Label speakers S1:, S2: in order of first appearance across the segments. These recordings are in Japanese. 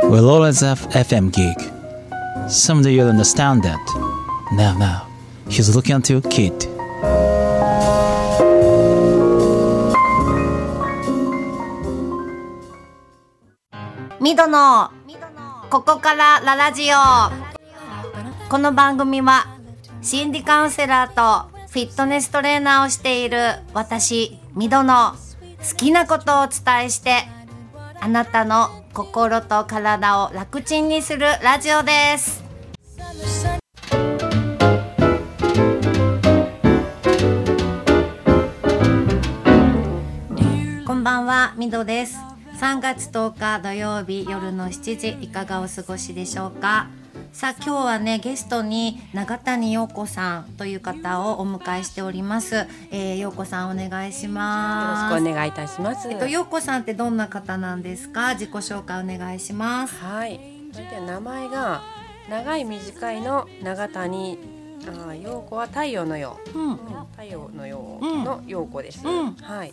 S1: Florezaf FM gig. Someday you'll understand that. Now, now, he's looking at your kid.
S2: ミドのここからララジオこの番組は心理カウンセラーとフィットネストレーナーをしている私ミドの好きなことをお伝えしてあなたの心と体を楽ちんにするラジオですこんばんは、みどです。3月10日土曜日夜の7時、いかがお過ごしでしょうか。さあ、今日はね、ゲストに永谷陽子さんという方をお迎えしております。えー、陽子さんお願いします。
S3: よろしくお願いいたします。
S2: えっと、陽子さんってどんな方なんですか自己紹介お願いします。
S3: はい。それで名前が長い短いの長谷ああ陽子は太陽のよう、
S2: うん。
S3: 太陽のよう
S2: うん
S3: の陽子です。
S2: うん
S3: はい。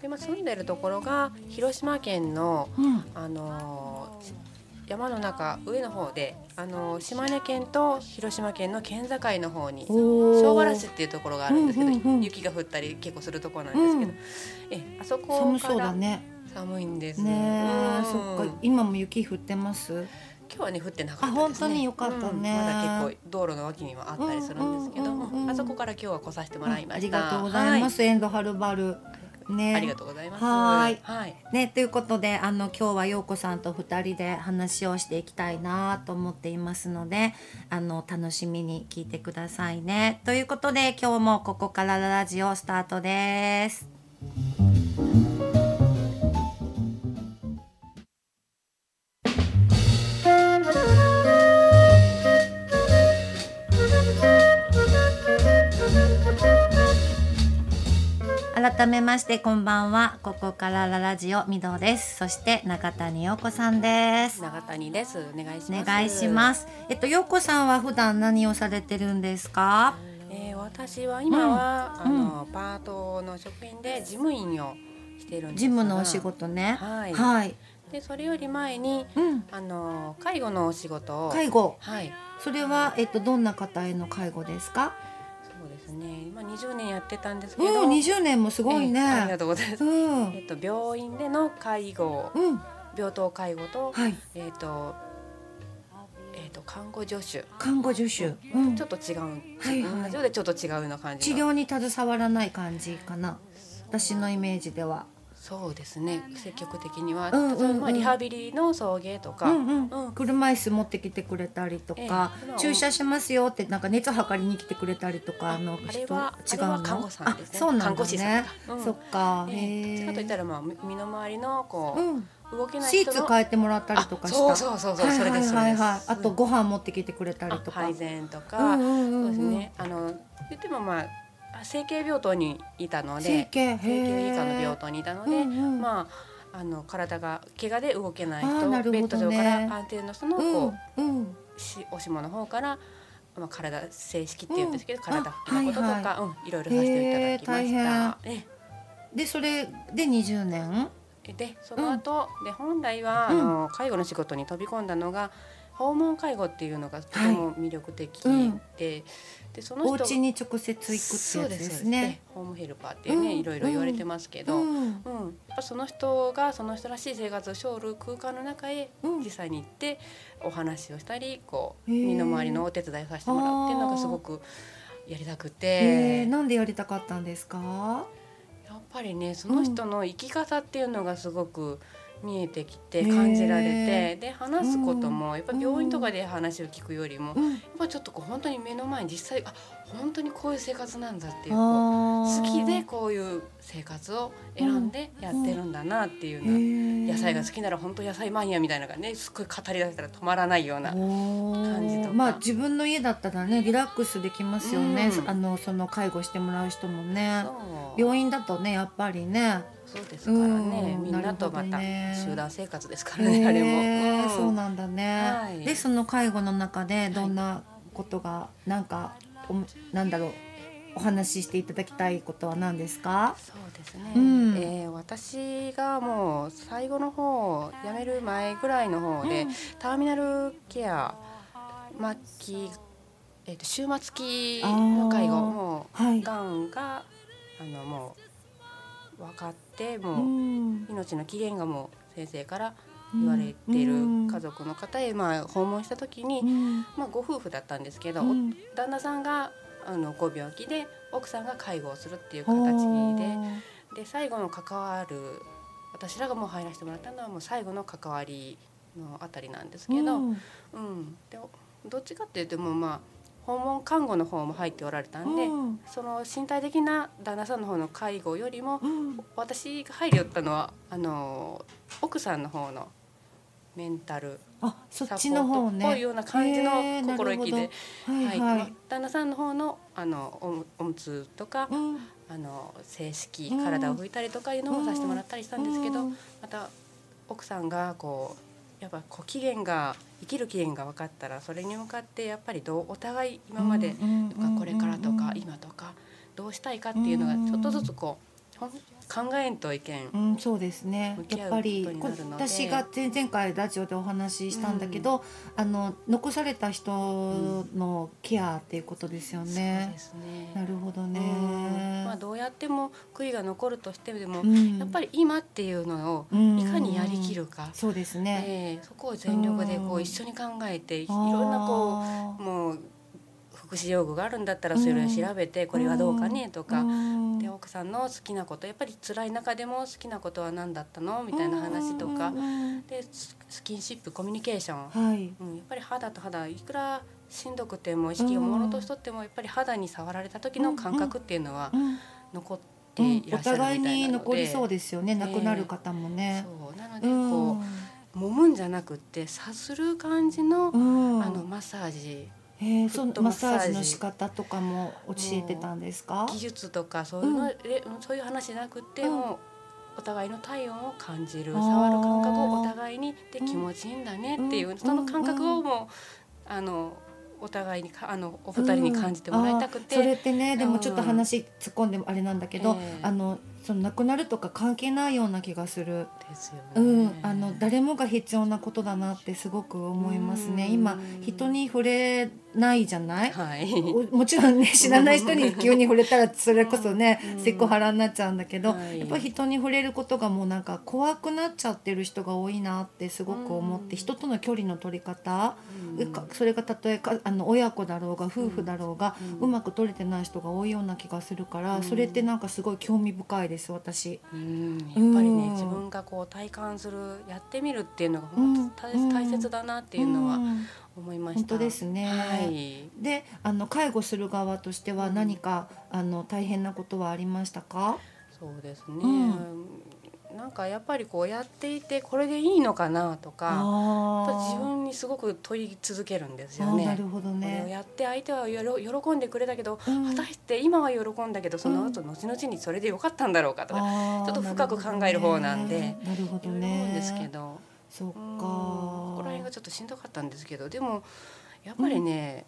S3: でまあ住んでるところが広島県の
S2: うん。
S3: あのー山の中上の方で、あのー島根県と広島県の県境の方に
S2: お
S3: 庄原市っていうところがあるんですけど、
S2: うんうんうん
S3: 雪が降ったり結構するところなんですけど、えあそこから
S2: 寒そうだね。
S3: 寒いんです
S2: ねえ、
S3: うん
S2: そっか
S3: 今。
S2: 今も雪降ってます。
S3: 日はね降ってなかったです、ね、
S2: あ本当によかったね
S3: うんまだ結構道路の脇にはあったりするんですけど、
S2: うんうんうん
S3: あそこから今日は来させてもらいま
S2: あ
S3: し
S2: り
S3: た、
S2: がとうございます。エンドはるばる。
S3: は
S2: ね。
S3: い、ありがとうございます
S2: はーい
S3: はい
S2: ね、ということであの今日は陽子さんと2人で話をしていきたいなと思っていますのであの楽しみに聞いてくださいね。ということで今日もここからラジオスタートです。改めましてこんばんはここからララジオみどうですそして中谷陽子さんです
S3: 長谷ですお願いし
S2: お
S3: ます
S2: 願いしますえっと陽子さんは普段何をされてるんですか
S3: えー私は今は、
S2: うん
S3: あのパートの職員で事務員をしているんです
S2: ジムのお
S3: が
S2: 仕事ね
S3: はい
S2: はい、
S3: でそれより前に
S2: うん
S3: あの介護のお仕事を
S2: 介護
S3: はい
S2: それはえっとどんな方への介護ですか
S3: そうですね今20年やってたんですけど、
S2: うん20年もすごい
S3: えーありが
S2: ね
S3: とうございます
S2: う、ん
S3: えっと、病院での介護
S2: うん
S3: 病棟介護と,、
S2: はい
S3: えっとえっと看護助手、
S2: 看護助手うん
S3: ちょっと違う、
S2: はいはい
S3: 同じようでちょっと違うような感
S2: 治
S3: じ
S2: 療
S3: の
S2: に携わらない感じかな私のイメージでは
S3: そうですね積極的には、
S2: うんうんうん
S3: そのまあ、リハビリの送迎とか、
S2: うんうん
S3: うん
S2: 車椅子持ってきてくれたりとか、
S3: ええ
S2: 注射しますよってなんか熱測りに来てくれたりとか
S3: あ
S2: の
S3: あれは
S2: 人
S3: あれは看護さんですね
S2: あそうなんだね
S3: 看護師さんかうん
S2: そっか、
S3: え
S2: へ
S3: ー
S2: え
S3: どっちかといったら、まあ、み身の回りのこう、
S2: うん、
S3: 動けない
S2: シ
S3: 人
S2: ー
S3: の
S2: ツ変えてもらったりとかした
S3: あそうそうそうそう、
S2: はい
S3: それですそれ
S2: はい
S3: です、
S2: はいあとご飯持ってきてくれたりと
S3: あ
S2: か、
S3: 配膳と
S2: う
S3: か、
S2: んうんうん
S3: そううんですねあの言ってもまああ整形病棟にいたので
S2: 整形へー
S3: 整形以下の病棟にいたので、
S2: うんうん
S3: まああの体が怪我で動けない
S2: あ
S3: 人
S2: ーなる
S3: ベ
S2: ほ
S3: ッ
S2: ど
S3: ド
S2: ね
S3: 上から安定の人のこう、
S2: うんうん
S3: しおしもの方から、まあ、体正式っていうんですけど、
S2: うん
S3: 体
S2: あ
S3: 拭きのことと
S2: はいは
S3: か、いうん、いろいろさせていただきまし
S2: へー
S3: た。え
S2: でそれで20年
S3: でその後、で本来は、あの介護の仕事に飛び込んだのが訪問介護っていうのがとても魅力的で,、
S2: うん
S3: でその
S2: お
S3: 人
S2: 家に直接行くってやつ
S3: そう
S2: で
S3: そう
S2: すね。
S3: ホームヘルパーってね、
S2: うん
S3: いろいろ言われてますけど、うん
S2: うん
S3: やっぱその人がその人らしい生活をしょる空間の中へ
S2: うん
S3: 実際に行ってお話をしたりこう
S2: へー
S3: 身の回りのお手伝いをさせてもらうっていうのがすごくやりたく
S2: え
S3: て
S2: ー、なんでやりたかったんですか
S3: やっぱりねその人の生き方っていうのがすごく見えてきて
S2: へー
S3: 感じられてで話すこと
S2: うん
S3: もやっぱ病院とかで話を聞くよりもやっ
S2: うん
S3: ぱちょっとこう本当に目の前に実際あ本当にこういう生活なんだっていうこう
S2: 好
S3: 好きでこういう生活を選んでやってるんだなっていうの野
S2: 野
S3: 菜が好きなら本当野菜マニアみたいなのがねすっごい語り出したら止まらないような
S2: 感
S3: 感じとか
S2: まあ自分の家だったらねリラックスできますよね、
S3: うん
S2: あのその介護してもらう人もね
S3: そう
S2: 病院だとねやっぱりね
S3: そうですからね
S2: うん
S3: みんなとま
S2: なるほど
S3: た
S2: ね
S3: 集団生活ですからねあれ
S2: へー
S3: も。
S2: そう
S3: うん
S2: なんだね、
S3: はい
S2: でその介護の中でどんなことが、なんかおなんだろうお話ししていただきたいことは何ですか
S3: そうですね、
S2: うん
S3: えー私がもう最後の方辞める前ぐらいの方で、ターミナルケア末期、えー、と終末期の介護
S2: あー
S3: も
S2: は
S3: う
S2: い
S3: がんがあのもう分かって
S2: う
S3: もうん命の期限がもう先生から言われている
S2: うん
S3: 家族の方へまあ訪問した時に、
S2: うん
S3: まあ、ご夫婦だったんですけど、
S2: うん
S3: 旦那さんがあのご病気で奥さんが介護をするっていう形で。で最後の関わる私らがもう入らせてもらったのはもう最後の関わりのあたりなんですけど、うん
S2: うん
S3: でどっちかっていうともうまあ訪問看護の方も入っておられたんで、
S2: うん
S3: その身体的な旦那さんの方の介護よりも、
S2: うん
S3: 私が入りよったのはあの奥さんの方のメンタル
S2: あそ
S3: サ
S2: っ
S3: ポ
S2: ちの
S3: ート
S2: 方
S3: っ
S2: ね
S3: ぽいような感じの心意気で、
S2: はい
S3: は
S2: はいい、
S3: まあ旦那さんの方のあのおむおむつとか、
S2: うん
S3: あの正式
S2: うん
S3: 体を拭いたりとかいうのもさせてもらったりしたんですけど、
S2: うん
S3: また奥さんがこうやっぱこう期限が生きる期限が分かったらそれに向かってやっぱりどうお互い今まで
S2: うん
S3: とかこれからと
S2: うんうん
S3: か
S2: うん
S3: 今とかどうしたいかっていうのが
S2: うん
S3: ちょっとずつこうほん考えんといけん。
S2: うん、そうですね
S3: 向き合
S2: や
S3: う
S2: っ
S3: こ
S2: ぱ
S3: とに
S2: り
S3: なる
S2: こ
S3: ので
S2: 私が前々回ラジオでお話ししたんだけど、あの残された人のケアっていうことですよ
S3: そう
S2: ね
S3: で。すね
S2: なるほど
S3: うん
S2: ね。
S3: まあ、どうやっても悔いが残るとしてでも、
S2: うん
S3: やっぱり今っていうのを
S2: うん
S3: いかにやりきるか、
S2: そうですね。
S3: ええそこを全力でこ
S2: う
S3: うん一緒に考えていろんなこう
S2: あー
S3: もう福祉用具があるんだったらそれを調べてこれはどうかねとか、
S2: うん
S3: で奥さんの好きなことやっぱり辛い中でも好きなことは何だったのみたいな話とか、
S2: うんうん
S3: でススキンシップコミュニケーション、
S2: はい。
S3: うん、やっぱり肌と肌いくらしんどくても意識をもろとしとってもやっぱり肌に触られた時の感覚っていうのは
S2: うん
S3: 残っていら
S2: お
S3: っしゃるみた
S2: 互い
S3: いなので、
S2: に残りそうですよね。
S3: え
S2: 亡くなる方もね。
S3: そうなので
S2: う
S3: こう、
S2: ん
S3: 揉むんじゃなくってさする感じの,、
S2: うん
S3: あのマッサージ
S2: えー、そ
S3: フッ
S2: の
S3: トマ
S2: マッ
S3: ッサージ
S2: サージの仕方とかも教えてたんですか？
S3: 技術とかそういうの、えそういう話じゃなくて、
S2: うん
S3: もうお互いの体温を感じる
S2: あー
S3: 触る感覚をお互いにで
S2: うん
S3: 気持ちいいんだねっていう、
S2: うん
S3: その感覚をもう、あのお互いにかあのお二人に感じてもらいたくて、
S2: うんあーそれってねで
S3: う
S2: も
S3: ん
S2: ちょっと話突っ込んでもあれなんだけど、
S3: ええ
S2: あのその亡くなるとか関係ないような気がする、
S3: ですよね。
S2: うん、あの誰もが必要なことだなってすごく思いますね
S3: うん
S2: 今人に触れないじゃない
S3: はい、
S2: おもちろんね知らない人に急に触れたらそれこそね
S3: うん
S2: セクハラになっちゃうんだけど、
S3: はい
S2: やっぱ人に触れることがもうなんか怖くなっちゃってる人が多いなってすごく思っ
S3: うん
S2: て人との距離の取り方、
S3: うん
S2: かそれがたとえかあの親子だろうが夫婦だろうが、
S3: うん
S2: うまく取れてない人が多いような気がするから、
S3: うん
S2: それってなんかすごい興味深いです私。
S3: うんやっぱ
S2: う
S3: り
S2: ん
S3: ね自分がこう体感するやってみるっていうのが本当
S2: うん
S3: に大大切だなっていうのは
S2: ん
S3: 思いました。
S2: 本当ですね
S3: はい
S2: であの介護する側としては何か、あの大変なことはありましたか、
S3: そうですね、
S2: うん
S3: なんかやっぱりこうやっていてこれでいいのかなとかやっぱ
S2: あ
S3: 自分にすごく問い続けるんです
S2: あ
S3: よ
S2: ー
S3: ね。
S2: なるほど
S3: これを
S2: ね。
S3: やって相手はよろ喜んでくれたけど、
S2: うん
S3: 果たして今は喜んだけどその後後々にそれでよかったんだろうかとか、
S2: ち
S3: ちょっと深く考える方なんで
S2: なるほ
S3: い
S2: ど
S3: ろいろ思う
S2: ね。
S3: んですけ。ど、
S2: そっか。
S3: うんここら辺がちょっとしんどかったんですけどでもやっぱりね、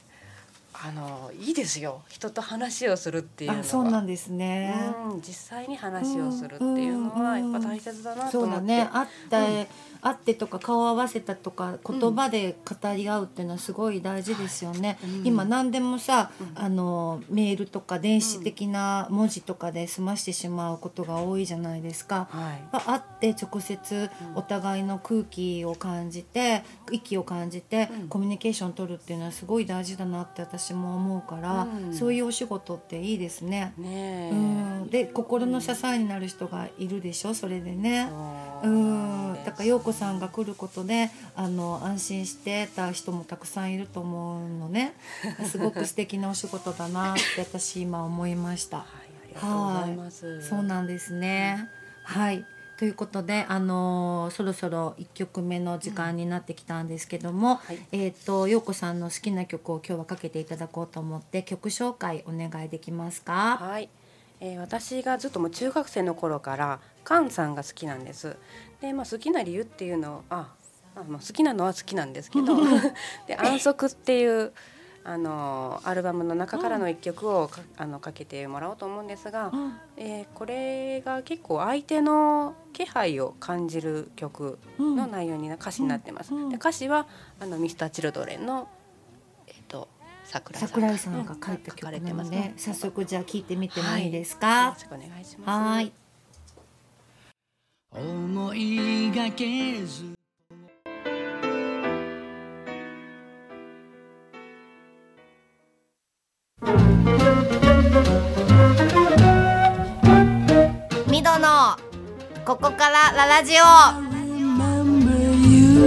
S3: あのいいですよ人と話をするっていうのは。
S2: あ、そうなんですね。
S3: うん、実際に話をするっていうのはやっぱ大切だなと
S2: そ
S3: 思
S2: う
S3: って、
S2: だね。会って、会ってとか顔を合わせたとか言葉で語り合うっていうのはすごい大事ですよね。
S3: うん
S2: 今何でもさ、
S3: うん
S2: あのメールとか電子的な文字とかで済ましてしまうことが多いじゃないですか。
S3: はい
S2: やっぱ会って直接お互いの空気を感じて息を感じて
S3: うん
S2: コミュニケーション取るっていうのはすごい大事だなって私も思うから、
S3: うん
S2: そういうお仕事っていいですね。
S3: ねえ、
S2: うん、で心の支えになる人がいるでしょそれでね。
S3: そうな
S2: ん
S3: んです
S2: だから陽子さんが来ることであの安心してた人もたくさんいると思うの ねすごく素敵なお仕事だなって私今思いました。
S3: はい、ありがとうございます。
S2: そうなんですね。はい。ということで、あのーそろそろ1曲目の時間になってきたんですけども、
S3: はい
S2: えっ、と陽子さんの好きな曲を今日はかけていただこうと思って曲紹介お願いできますか？
S3: はい、えー私がずっともう中学生の頃からカンさんが好きなんです。で、まあ好きな理由って いうのをあ、あまあ好きなのは好きなんですけど、で安息っていうあのアルバムの中からの一曲をか,、あのかけてもらおうと思うんですが、
S4: うん
S3: えーこれが結構相手の気配を感じる曲
S4: うん
S3: の内容にな歌詞になってます。
S4: うんうん
S3: で歌詞はあのミスターチルドレンのえっ、と桜井さん
S4: 桜井さんが書いた曲なので、早速じゃあ聞いてみてもいいですか
S3: よろ、しくお願いします。
S2: はい。
S5: 思いがけず
S2: ミドのここからララジオ
S5: remember you.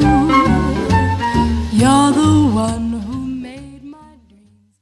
S5: You're the one who made my dreams.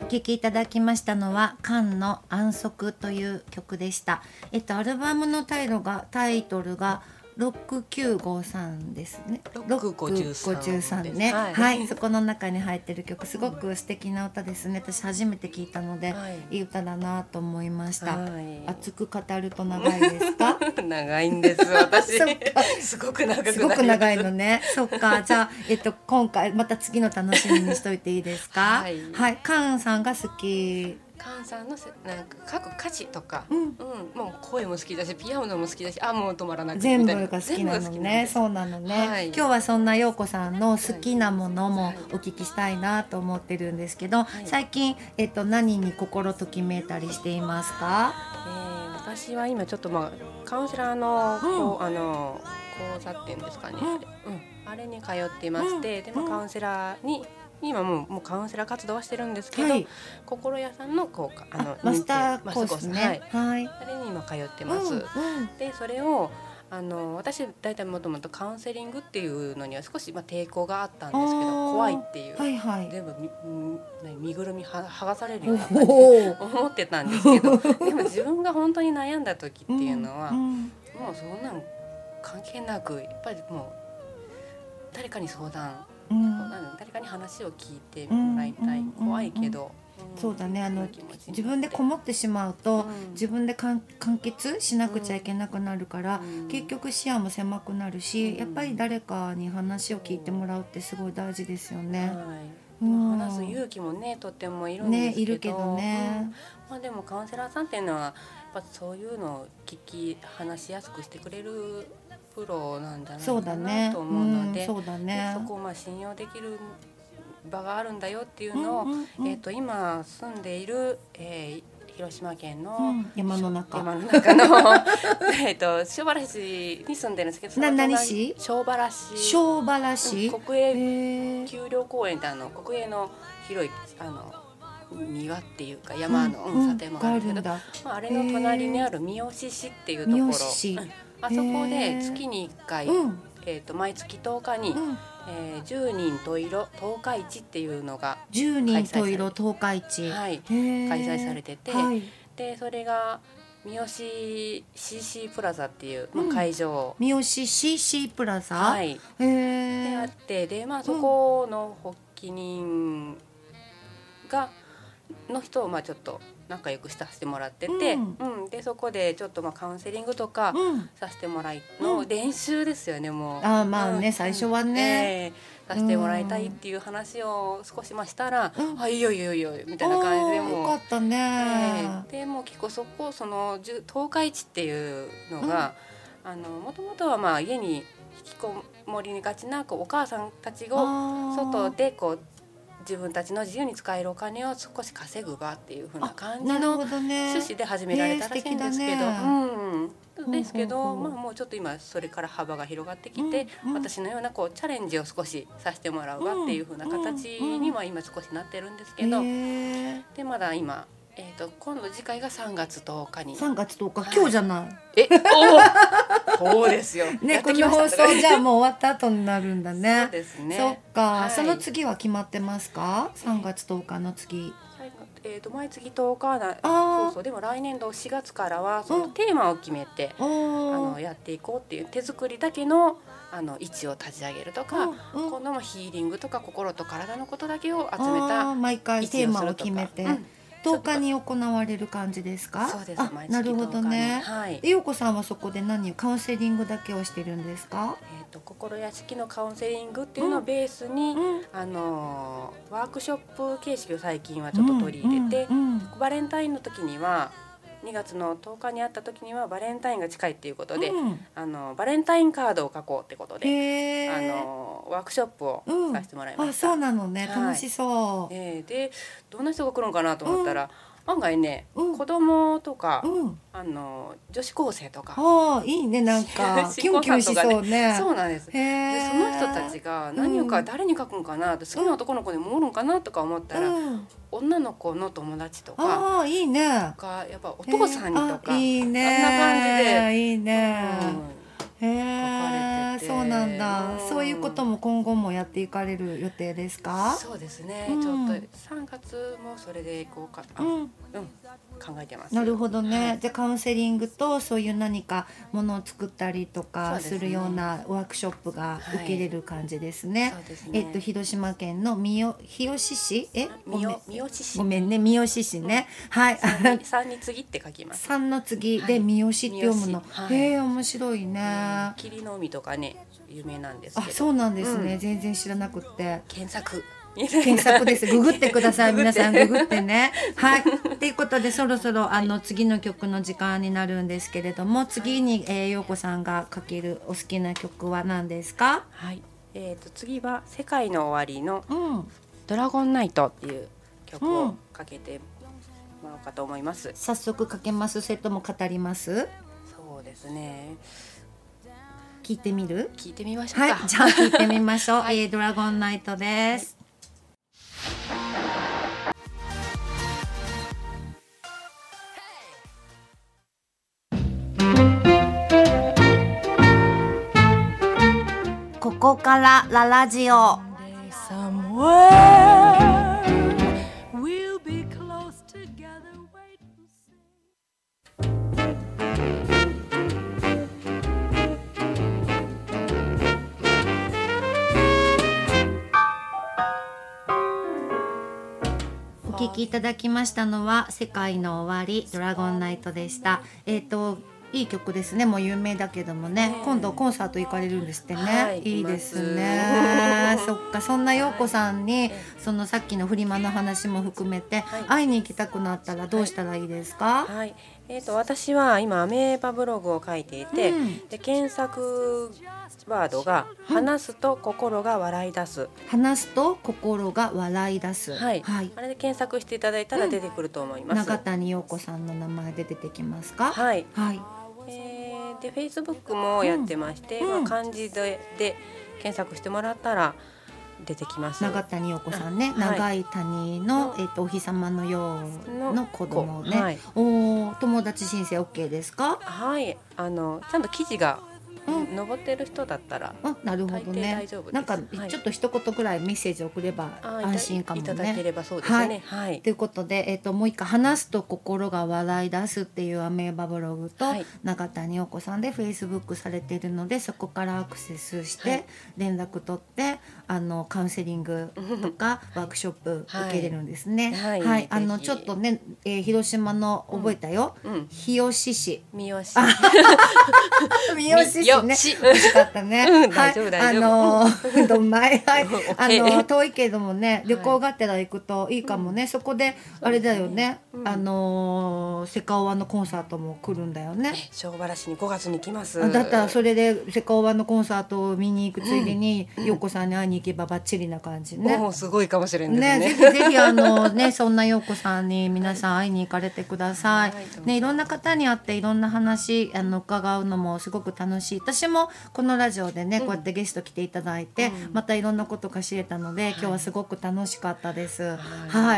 S2: お聴きいただきましたのは「カンの安息」という曲でしたえっとアルバムのタイトルがタイトルが6953ですね
S3: 6953
S2: 653ねは、
S3: はいい
S2: そこの中に入ってる曲すごく素敵な歌ですね私初めて聞いたので、、
S3: はいい
S2: い歌だなと思いました、
S3: はい
S2: 熱く語ると長いですか
S3: 長いんです私
S2: そっか。
S3: すごく長くなります
S2: すごく長いのね。そっか。じゃあ、えっと、今回、また次の楽しみにしといていいですか
S3: はい
S2: はい。カーンさんが好き。
S3: カンさんのせなんか書く歌詞とか、
S2: う
S3: うんん、もう声も好きだし、ピアノも好きだし、あもう止まらなく
S2: 全
S3: み
S2: 部
S3: たいな
S2: が好きなの
S3: 全部が好き
S2: ね。
S3: んです
S2: そうなのね、
S3: はい
S2: 今日はそんな陽子さんの好きなものもお聞きしたいなと思ってるんですけど、
S3: い
S2: 最近、えっと、何に心ときめいたりしていますか、
S3: えー私は今ちょっとまあカウンセラーのこう、あの講座っていうんですかね、
S4: うん
S3: あれうんあれに通っていまして、でまあカウンセラーに今もうもうカウンセラー活動はしてるんですけど、
S2: はい
S3: 心屋さんのこうかあの
S2: あマスタ
S3: 認定
S2: ー
S3: マ
S2: コ
S3: ス
S2: ー
S3: タ
S2: ス
S3: コースはい
S2: ね。はい。
S3: あれに今通って
S2: うん
S3: ま
S2: う
S3: す。
S2: ん
S3: でそれをあの私大体もともとカウンセリングっていうのには少し、まあ、抵抗があったんですけ
S2: あー
S3: ど怖いっていう、
S2: はいはい。
S3: 全部みうん何身ぐるみは剥がされる
S2: お
S3: ような感じ
S2: お。
S3: 思ってたんです けどでも自分が本当に悩んだ時っていうのは、
S2: ん
S3: もうそんなん関係なくやっぱりもう誰かに相談、
S2: うんうん
S3: 相談誰かに話を聞いてもらいたい、
S2: うんうんうんうん
S3: 怖いけど、ん
S2: そうだねあの
S3: そういう気持ちになって
S2: 自分でこもってしまうと、
S3: うん
S2: 自分でかん完結しなくちゃいけなくなるから、
S3: うん
S2: 結局視野も狭くなるし、
S3: うん
S2: やっぱり誰かに話を聞いてもらうってすごい大事ですよね。
S3: はい
S2: うん
S3: 話す勇気もねとってもいるんで
S2: ね
S3: すけど,、
S2: いるけどね。
S3: まあ、でもカウンセラーさんっていうのはやっぱそういうのを聞き話しやすくしてくれるプロなんじゃない
S2: そう
S3: か
S2: だね。
S3: なと思うので
S2: ん、そうだね。
S3: そこをまあ信用できる場があるんだよっていうのを、
S2: うんうんうん
S3: えー、と今住んでいる、えー広島県の、
S2: うん山の中。
S3: 山の中の えーと塩原市に住んでるんですけどその
S2: な
S3: 隣
S2: 何市
S3: 塩原市
S2: 小原市。
S3: うん国営
S2: へー
S3: 丘陵公園ってあの国営の広いあの庭っていうか山の、
S2: う
S3: うんん、建物があるんですけど、
S2: があるんだ
S3: まあ、あれの隣にある三好市っていうとこ
S2: 三
S3: ろ、
S2: 好市
S3: うんあそこ
S2: へー
S3: で月に1回、
S2: うん
S3: えー、と毎月10日に、
S2: うん。
S3: えー、10人十色十日市っていうのが、
S2: 十人十色東海市。
S3: はい、
S2: 開
S3: 開催されてて、
S2: はい。
S3: でそれが三好 CC プラザっていう、ま
S2: うん
S3: あ、会場、
S2: 三好 CC プラザ。
S3: はい、
S2: へ
S3: であっ
S2: え。
S3: てで、まあ、そこの発起人がの人をまあちょっと仲良くさせてもらってて、
S2: うん
S3: うんでそこでちょっとまあカウンセリングとか
S2: うん。
S3: させてもらいの、
S2: うん
S3: 練習ですよねもう。
S2: あーまあね
S3: うん
S2: 最初はね、
S3: ええさせてもらいたいっていう話を少しまあしたら「
S2: うん
S3: あいいよいいよいいよ」みたいな感じで
S2: あーよ
S3: も
S2: か
S3: う
S2: ったね、
S3: ええでもう結構そこそのじゅ東海地っていうのが、あのもともとはまあ家に引きこもりがちなこうお母さんたちを
S2: あー
S3: 外でこう自分たちの自由に使えるお金を少し稼ぐ場っていうふうな感じ
S2: なる
S3: の
S2: ほどね
S3: 趣旨で始められたらしいんですけど、
S2: えー素敵だほ
S3: う、
S2: うん
S3: ですけ
S2: ほ
S3: ど、
S2: うほう
S3: まあ、もうちょっと今それから幅が広がってきて、
S2: うんうん
S3: 私のようなこうチャレンジを少しさせてもらうわっていうふうな形には今少しなってるんですけど、
S2: へー
S3: でまだ今、えー、と今度次回が3月10日に
S2: 3月10日今日じゃない
S3: えおおそうですよ
S2: ね
S3: やっ
S2: こ
S3: てきま
S2: の
S3: した
S2: 放
S3: ね
S2: 送じゃあもう終わった後になるんだね
S3: そうですね
S2: そっか、
S3: はい
S2: その次は決まってますか3月10日の次
S3: 最後えー、と毎月10日な
S2: あー
S3: そうそうでも来年度4月からはそうの
S2: ん
S3: テーマを決めて、
S2: お
S3: あ
S2: お
S3: のやっていこうっていう手作りだけのあの位置を立ち上げるとか、
S2: うん
S3: 今度もヒーリングとか心と体のことだけを
S2: あ
S3: 集め
S2: ー
S3: た
S2: 毎回テ
S3: 一
S2: ー
S3: 致を
S2: マ
S3: す
S2: を
S3: るとか
S2: 決めて、
S3: うん
S2: 10日に行われる感じですか
S3: そうです
S2: あ
S3: 毎月
S2: なるほどね
S3: 10日にはい
S2: で陽子さんはそこで何カウンセリングだけをしてるんですか
S3: えー、と心屋敷のカウンセリングっていうのをベースに、あのーワークショップ形式を最近はちょっと取り入れて、
S2: うんうん
S3: バレンタインの時には2月の10日に会った時にはバレンタインが近いっていうことで、
S2: うん
S3: あのバレンタインカードを書こうってことで、
S2: へ
S3: あ
S2: ー
S3: のーワークショップを
S2: うん
S3: させてもらいま
S2: あ
S3: した。
S2: そうなのね
S3: はい
S2: 楽しそう、
S3: えーでどんな人が来るのかなと思ったら、案外ね、
S2: うん
S3: 子供とか、
S2: うん
S3: あのー女子高生とか、
S2: ああいいねなん かキ
S3: 新
S2: ュン
S3: 婚
S2: キュン
S3: さんと
S2: し
S3: かね
S2: そうね
S3: そうなんです。
S2: へ
S3: で
S2: え
S3: その人たちが何をか誰に書くんかなって好きな男の子でもおるんかなとか思ったら、
S2: うん、
S3: 女の子の友達とか
S2: ああいいね
S3: がやっぱお父さんにと
S2: へーあ
S3: か、
S2: いいね
S3: あんな感じ
S2: いいね、へ
S3: 書か
S2: え
S3: れてて
S2: そうなんだ、
S3: うん
S2: そういうことも今後もやっていかれる予定です
S3: うん
S2: か
S3: そうですね、
S2: うん
S3: ちょっと3月もそれでいこうかあ、
S2: う
S3: うん
S2: ん、
S3: 考えてます。
S2: なるほどね、
S3: はい
S2: じゃあカウンセリングとそういう何かものを作ったりとか
S3: そうです
S2: す
S3: ね
S2: るようなワークショップが受けれる感じですね。
S3: そうです
S2: え
S3: ね。
S2: っと広島県の三代日吉市えごめ
S3: み
S2: ん
S3: よみよし市
S2: ごめんね三好市ね、はい
S3: 三に 三に次って書きます。
S2: 三の次
S3: は
S2: で
S3: い
S2: 三好って読むの、
S3: 三好はい
S2: へえ面白いね、あ
S3: 霧の海とかね有名なんですけど。
S2: そうなんですね、
S3: う
S2: 全然知らなくって
S3: 検索
S2: 検索 です。 ググってください。
S3: グ
S2: 皆
S3: グって
S2: さんググってね。はい。ということで、そろそろあの次の曲の時間になるんですけれども、次に、えー、陽子さんがかけるお好きな曲は何ですか？
S3: はい。えっ、と次は世界の終わりの
S2: うん。
S3: ドラゴンナイトっていう曲
S2: う
S3: を
S2: ん
S3: かけてもらおうかと思います。
S2: 早速かけます。それとも語ります？
S3: そうですね。
S2: 聞いてみる？
S3: 聞いてみましょう
S2: は
S3: か。
S2: い。じゃあ聞いてみまし ょう。えードラゴンナイトです。
S6: ここからララジオ
S7: Somewhere we'll be close together. Wait and see.
S2: お聞きいただきましたのは「世界の終わりドラゴンナイト」でした。えっ、といい曲ですね。もう有名だけどもね。今度コンサート行かれるんですってね。
S3: はい
S2: い、いです
S3: 行き
S2: ね。そっか。そんな陽子さんに、そのさっきのフリマの話も含めて、会いに行きたくなったらどうしたらいいですか？
S3: はい。えっ、と私は今アメーバブログを書いていて、
S2: うん
S3: で検索ワードが話すと心が笑い出す。
S2: 話すと心が笑い出す。
S3: はい。あれで検索していただいたら出てくると思います。
S2: 長谷陽子さんの名前で出てきますか？
S3: はい。
S2: はい。
S3: えーで Facebook もやってまして、
S2: うんうん
S3: まあ、漢字でで検索してもらったら出てきます。
S2: 長谷陽子さんね、
S3: はい
S2: 長い谷の、えっとお日様のようの子供ね、
S3: はい
S2: おー友達申請 OK ですか
S3: はい、あのちゃんと記事が
S2: うん
S3: 登ってる人だったら、
S2: あなるほど
S3: 大抵
S2: ね
S3: 大丈夫です
S2: なんか、
S3: はい
S2: ちょっと一言ぐらいメッセージ送れば
S3: あいた
S2: 安心かも
S3: いただけ
S2: ね
S3: ればそうですね。はい。
S2: ということで、えっともう一回「話すと心が笑い出す」っていうアメーバブログと、
S3: はい
S2: 長谷陽子さんでフェイスブックされているのでそこからアクセスして、
S3: はい
S2: 連絡取ってあのカウンセリングと かワークショップ受けれるんですね。
S3: はいはい
S2: あの
S3: ぜひ
S2: ちょっとね、えー広島の覚えたよ、
S3: うん。
S2: 日吉市
S3: 三好。
S2: 三好市ね。
S3: 三
S2: 美味
S3: 好
S2: しかったね。
S3: うん大丈夫大丈夫
S2: あのー、どんま い。はい
S3: うんオッ。
S2: あ
S3: ケー
S2: のー、遠いけれどもね、旅行がてら行くといいかもね。そこで、あれだよね。あのー、セカオワのコンサートも来るんだよね。
S3: 小原市に5月に来ます。
S2: あだったらそれでセカオワのコンサートを見に行くついでに、陽子さんに会いに行けばバッチリな感じね
S3: も。うすごいかもしれんです
S2: ね、
S3: ね。
S2: ぜひぜひあのね、そんな陽子さんに皆さん会いに行かれてください
S3: はいどう。ぞ
S2: ね、いろんな方に会っていろんな話あの伺うのもすごく楽しい。私もこのラジオでね、こうやってゲスト来ていただいて、またいろんなことが知れたので、今日はすごく楽しかったです。はい、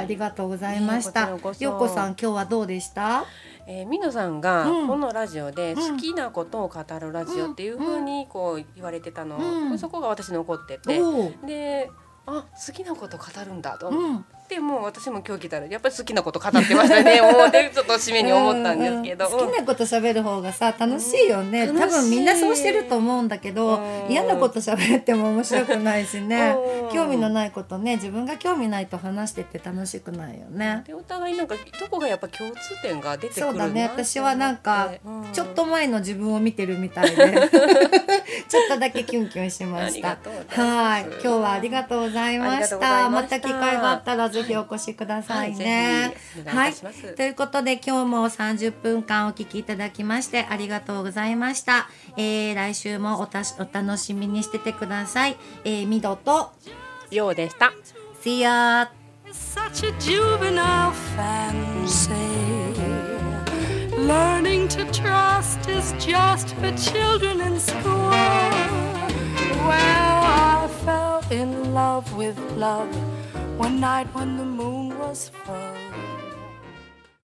S2: ありがとうございまし
S3: いえ
S2: た
S3: こちらこ。そ
S2: 陽子さん、今日はどうでした？
S3: えー、ミノさんが
S2: うん
S3: このラジオで
S2: うん
S3: 好きなことを語るラジオっていう風にこう言われてたの、
S2: うん
S3: そこが私残ってて、
S2: おお、
S3: で、あ好きなこと語るんだと、
S2: うん、
S3: ても私も今日来たらやっぱり好きなこと語ってまし たね思ってちょっと締めに思ったんですけど、
S2: うんうん好きなこと喋る方がさ楽しいよね、
S3: うん
S2: 多
S3: 楽し
S2: 分
S3: い
S2: みんなそうしてると思うんだけど、
S3: うん
S2: 嫌なこと喋っても面白くないしね、
S3: うん
S2: 興味のないことね自分が興味ないと話してて楽しくないよね。
S3: でお互いなんかどこがやっぱ共通点が出てくる
S2: そうだね
S3: なって
S2: 私はなんか
S3: うん
S2: ちょっと前の自分を見てるみたい でちょっとだけキュンキュンしま
S3: あ
S2: し
S3: り
S2: た
S3: がとうございます
S2: はい今日はありがとうございましたま
S3: ありがとうございました
S2: た機会があったらぜひお越しください
S3: はい
S2: ね
S3: ぜひお
S2: は
S3: 願い
S2: い
S3: いたします
S2: ということで今日も30分間お聞きいただきましてありがとうございました、えー、来週もおたしお楽しみにしててくださいえー、ミドと
S3: ようでした。
S2: See ya!
S5: It's such a juvenile fancy. Learning to trust is just for children in school. Well, I fell in love with love one night when the moon was full.